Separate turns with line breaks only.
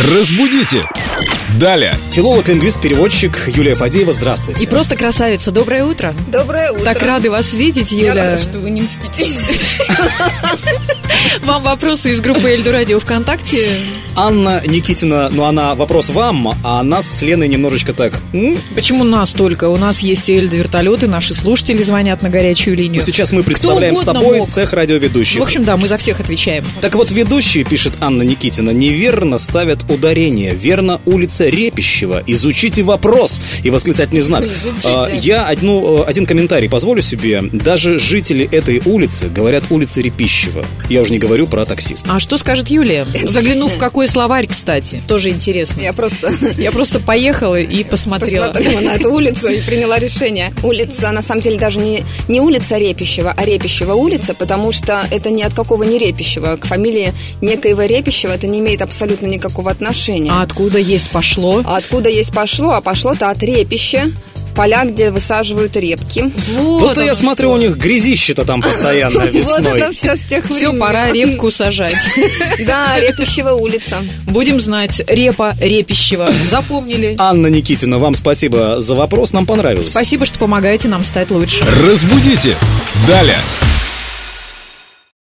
Разбудите! Далее!
Филолог, лингвист, переводчик Юлия Фадеева, здравствуйте.
И просто красавица. Доброе утро.
Доброе утро.
Так рады вас видеть,
Я
Юля.
рада, что вы не мстите.
Вам вопросы из группы Эльду Радио ВКонтакте.
Анна Никитина, ну она вопрос вам, а нас с Леной немножечко так. м? Ну,
Почему нас только? У нас есть и Эльд вертолеты, наши слушатели звонят на горячую линию.
Ну, сейчас мы представляем с
угодно
тобой
мог.
цех радиоведущих.
В общем, да, мы за всех отвечаем.
Так вот, ведущие, пишет Анна Никитина, неверно ставят ударение. Верно улица Репищева. Изучите вопрос. И восклицательный знак.
Изучите.
А, Я одну, э, один комментарий позволю себе. Даже жители этой улицы говорят улица Репищева. Я уже не говорю про таксиста.
А что скажет Юлия? Заглянув в какой словарь, кстати. Тоже интересно.
Я просто
Я просто поехала и посмотрела.
посмотрела на эту улицу и приняла решение. Улица, на самом деле, даже не, не улица Репищева, а Репищева улица, потому что это ни от какого не Репищева. К фамилии некоего Репищева это не имеет абсолютно никакого отношения.
А откуда есть пошло?
А откуда есть пошло? А пошло-то от Репища, поля, где высаживают репки.
Вот
Тут-то я
оно
смотрю,
А что.
у них грязище-то там постоянно
Вот это
весной.
все с тех времен.
Все, пора репку сажать.
Да, Репищева улица.
Будем знать. Репа Репищева. Запомнили.
Анна Никитина, вам спасибо за вопрос, нам понравилось.
Спасибо, что помогаете нам стать лучше.
Разбудите! Далее!